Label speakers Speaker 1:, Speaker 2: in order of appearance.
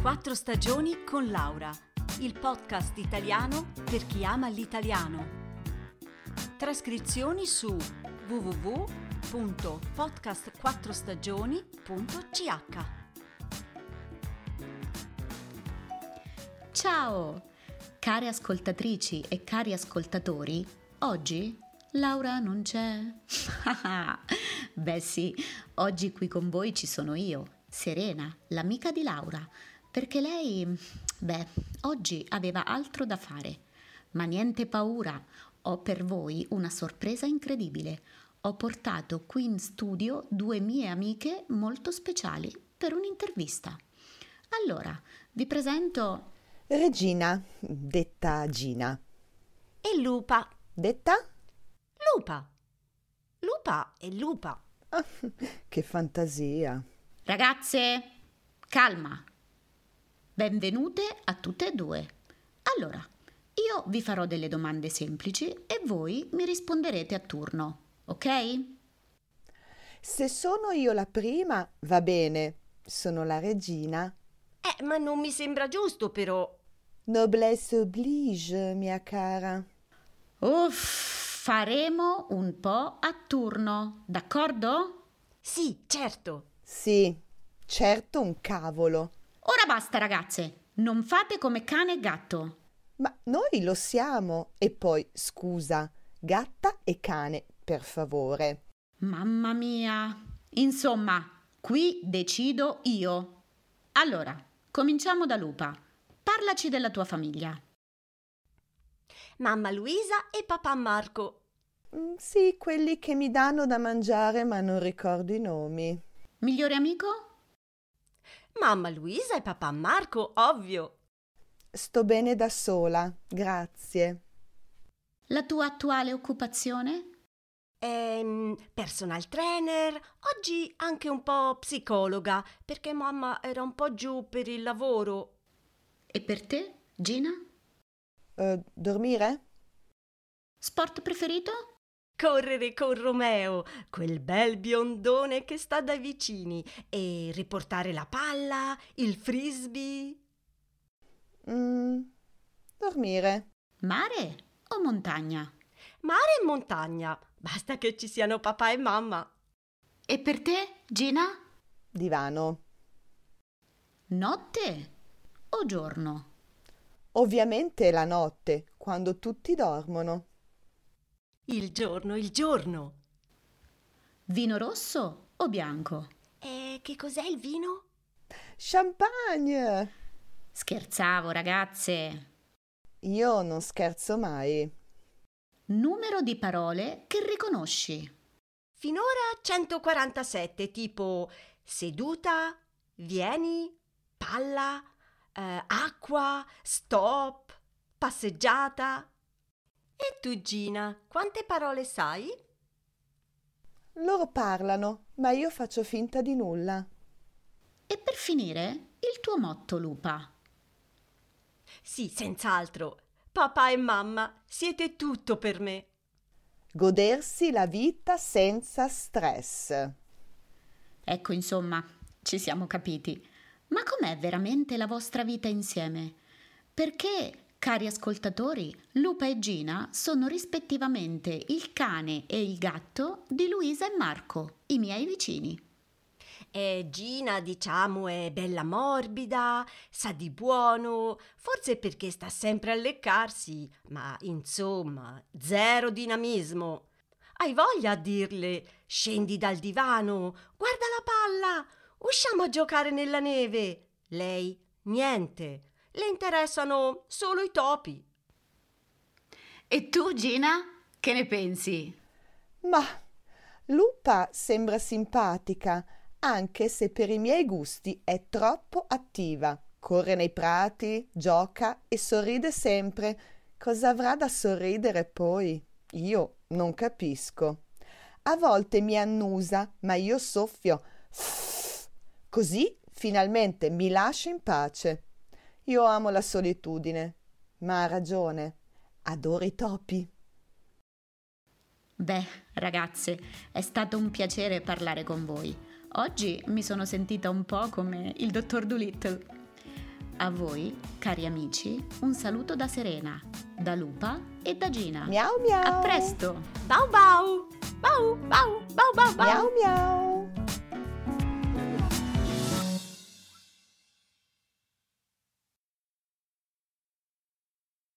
Speaker 1: Quattro stagioni con Laura, il podcast italiano per chi ama l'italiano. Trascrizioni su www.podcastquattrostagioni.ch
Speaker 2: Ciao! Care ascoltatrici e cari ascoltatori, oggi Laura non c'è. Beh sì, oggi qui con voi ci sono io, Serena, l'amica di Laura, perché lei, beh, oggi aveva altro da fare. Ma niente paura, ho per voi una sorpresa incredibile. Ho portato qui in studio due mie amiche molto speciali per un'intervista. Allora, vi presento
Speaker 3: Regina, detta Gina,
Speaker 1: E Lupa,
Speaker 3: detta?
Speaker 1: Lupa. Lupa e Lupa.
Speaker 3: Ah, che fantasia!
Speaker 2: Ragazze, calma. Benvenute a tutte e due. Allora, io vi farò delle domande semplici e voi mi risponderete a turno, ok?
Speaker 3: Se sono io la prima, va bene, sono la regina.
Speaker 1: Eh, ma non mi sembra giusto però.
Speaker 3: Noblesse oblige, mia cara.
Speaker 2: Uff, faremo un po' a turno, d'accordo?
Speaker 1: Sì, certo.
Speaker 3: Sì, certo un cavolo,
Speaker 2: Ora basta, ragazze. Non fate come cane e gatto.
Speaker 3: ma noi lo siamo. E poi, scusa, gatta e cane, per favore.
Speaker 2: Mamma mia! Insomma, qui decido io. Allora, cominciamo da Lupa. Parlaci della tua famiglia.
Speaker 1: Mamma Luisa e papà Marco.
Speaker 3: Mm, Sì, quelli che mi danno da mangiare, ma non ricordo i nomi.
Speaker 2: Migliore amico?
Speaker 1: Mamma Luisa e papà Marco, ovvio.
Speaker 3: Sto bene da sola, grazie.
Speaker 2: La tua attuale occupazione?
Speaker 1: Ehm, personal trainer, oggi anche un po' psicologa, perché mamma era un po' giù per il lavoro.
Speaker 2: E per te, Gina?
Speaker 3: Eh, dormire?
Speaker 2: Sport preferito?
Speaker 1: Correre con Romeo, quel bel biondone che sta dai vicini, e riportare la palla, il frisbee.
Speaker 3: Mm, dormire.
Speaker 2: Mare o montagna?
Speaker 1: Mare e montagna, basta che ci siano papà e mamma.
Speaker 2: E per te, Gina?
Speaker 3: Divano.
Speaker 2: Notte o giorno?
Speaker 3: Ovviamente la notte, quando tutti dormono.
Speaker 1: Il giorno, il giorno.
Speaker 2: Vino rosso o bianco?
Speaker 1: E Eh, che cos'è il vino?
Speaker 3: Champagne!
Speaker 2: Scherzavo, ragazze.
Speaker 3: Io non scherzo mai.
Speaker 2: Numero di parole che riconosci.
Speaker 1: Finora 147, tipo seduta, vieni, palla, eh, acqua, stop, passeggiata. E tu, Gina, quante parole sai?
Speaker 3: Loro parlano, ma io faccio finta di nulla.
Speaker 2: E per finire, il tuo motto, Lupa.
Speaker 1: Sì, senz'altro. Papà e mamma, siete tutto per me.
Speaker 3: Godersi la vita senza stress.
Speaker 2: Ecco, insomma, ci siamo capiti. Ma com'è veramente la vostra vita insieme? Perché, cari ascoltatori, Lupa e Gina sono rispettivamente il cane e il gatto di Luisa e Marco, i miei vicini.
Speaker 1: E Gina, diciamo, è bella morbida, sa di buono, forse perché sta sempre a leccarsi, ma insomma, zero dinamismo. Hai voglia a dirle: scendi dal divano, guarda la palla, usciamo a giocare nella neve. Lei, niente, le interessano solo i topi.
Speaker 2: E tu, Gina, che ne pensi?
Speaker 3: Ma Lupa sembra simpatica, anche se per i miei gusti è troppo attiva. Corre nei prati, gioca e sorride sempre. Cosa avrà da sorridere poi? Io non capisco. A volte mi annusa, ma io soffio. Così finalmente mi lascia in pace. Io amo la solitudine, ma ha ragione. Adoro i topi.
Speaker 2: Beh, ragazze, è stato un piacere parlare con voi. Oggi mi sono sentita un po' come il dottor Doolittle. A voi, cari amici, un saluto da Serena, da Lupa e da Gina.
Speaker 3: Miau miau.
Speaker 2: A presto!
Speaker 1: Bau bau! Bau bau bau bau bau!
Speaker 3: Miau miau.